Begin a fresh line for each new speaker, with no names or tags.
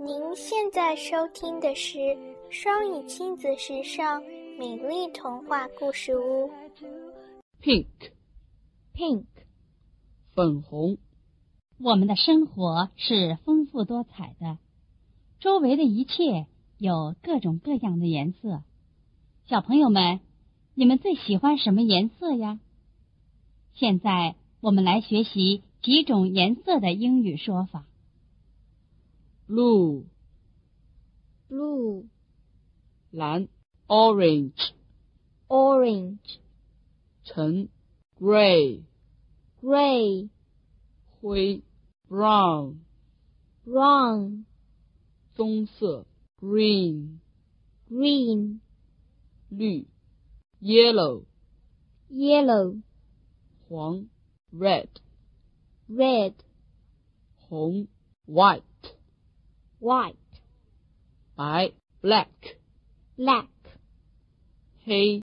您现在收听的是《双语亲子时尚美丽童话故事屋》。
pink
pink。
粉红
我们的生活是丰富多彩的，周围的一切有各种各样的颜色。小朋友们，你们最喜欢什么颜色呀？现在我们来学习几种颜色的英语说法。
blue
blue,
蓝 orange
orange,
橙 gray
gray,
灰 brown
brown,
棕色 green
green,
绿 yellow
yellow,
黄 red
red,
红 white
white,
白 black
black,
黑